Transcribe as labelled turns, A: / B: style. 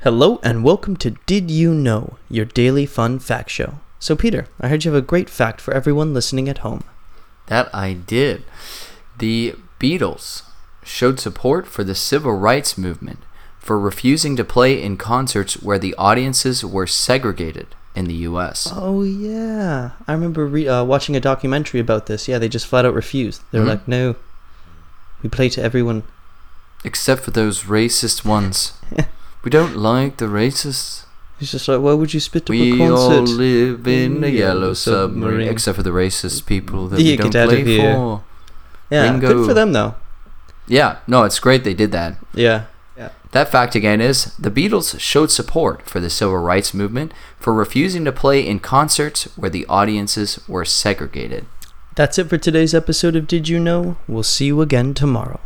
A: Hello and welcome to Did You Know, your daily fun fact show. So, Peter, I heard you have a great fact for everyone listening at home.
B: That I did. The Beatles showed support for the civil rights movement for refusing to play in concerts where the audiences were segregated in the US.
A: Oh, yeah. I remember re- uh, watching a documentary about this. Yeah, they just flat out refused. They were
B: Mhm.
A: like, no, we play to everyone.
B: Except for those racist ones. we don't like the racists.
A: It's just like, why would you spit up a
B: We all
A: concert?
B: live in a yellow submarine.
A: submarine.
B: Except for the racist people that
A: Yeah,
B: we don't
A: get out of
B: play
A: here.
B: for.
A: yeah, good
B: Ringo.
A: for them, though.
B: Yeah, no, it's great they did that.
A: Yeah.
B: That fact again is the Beatles showed support for the civil rights movement for refusing to play in concerts where the audiences were segregated.
A: That's it for today's episode of Did You Know? We'll see you again tomorrow.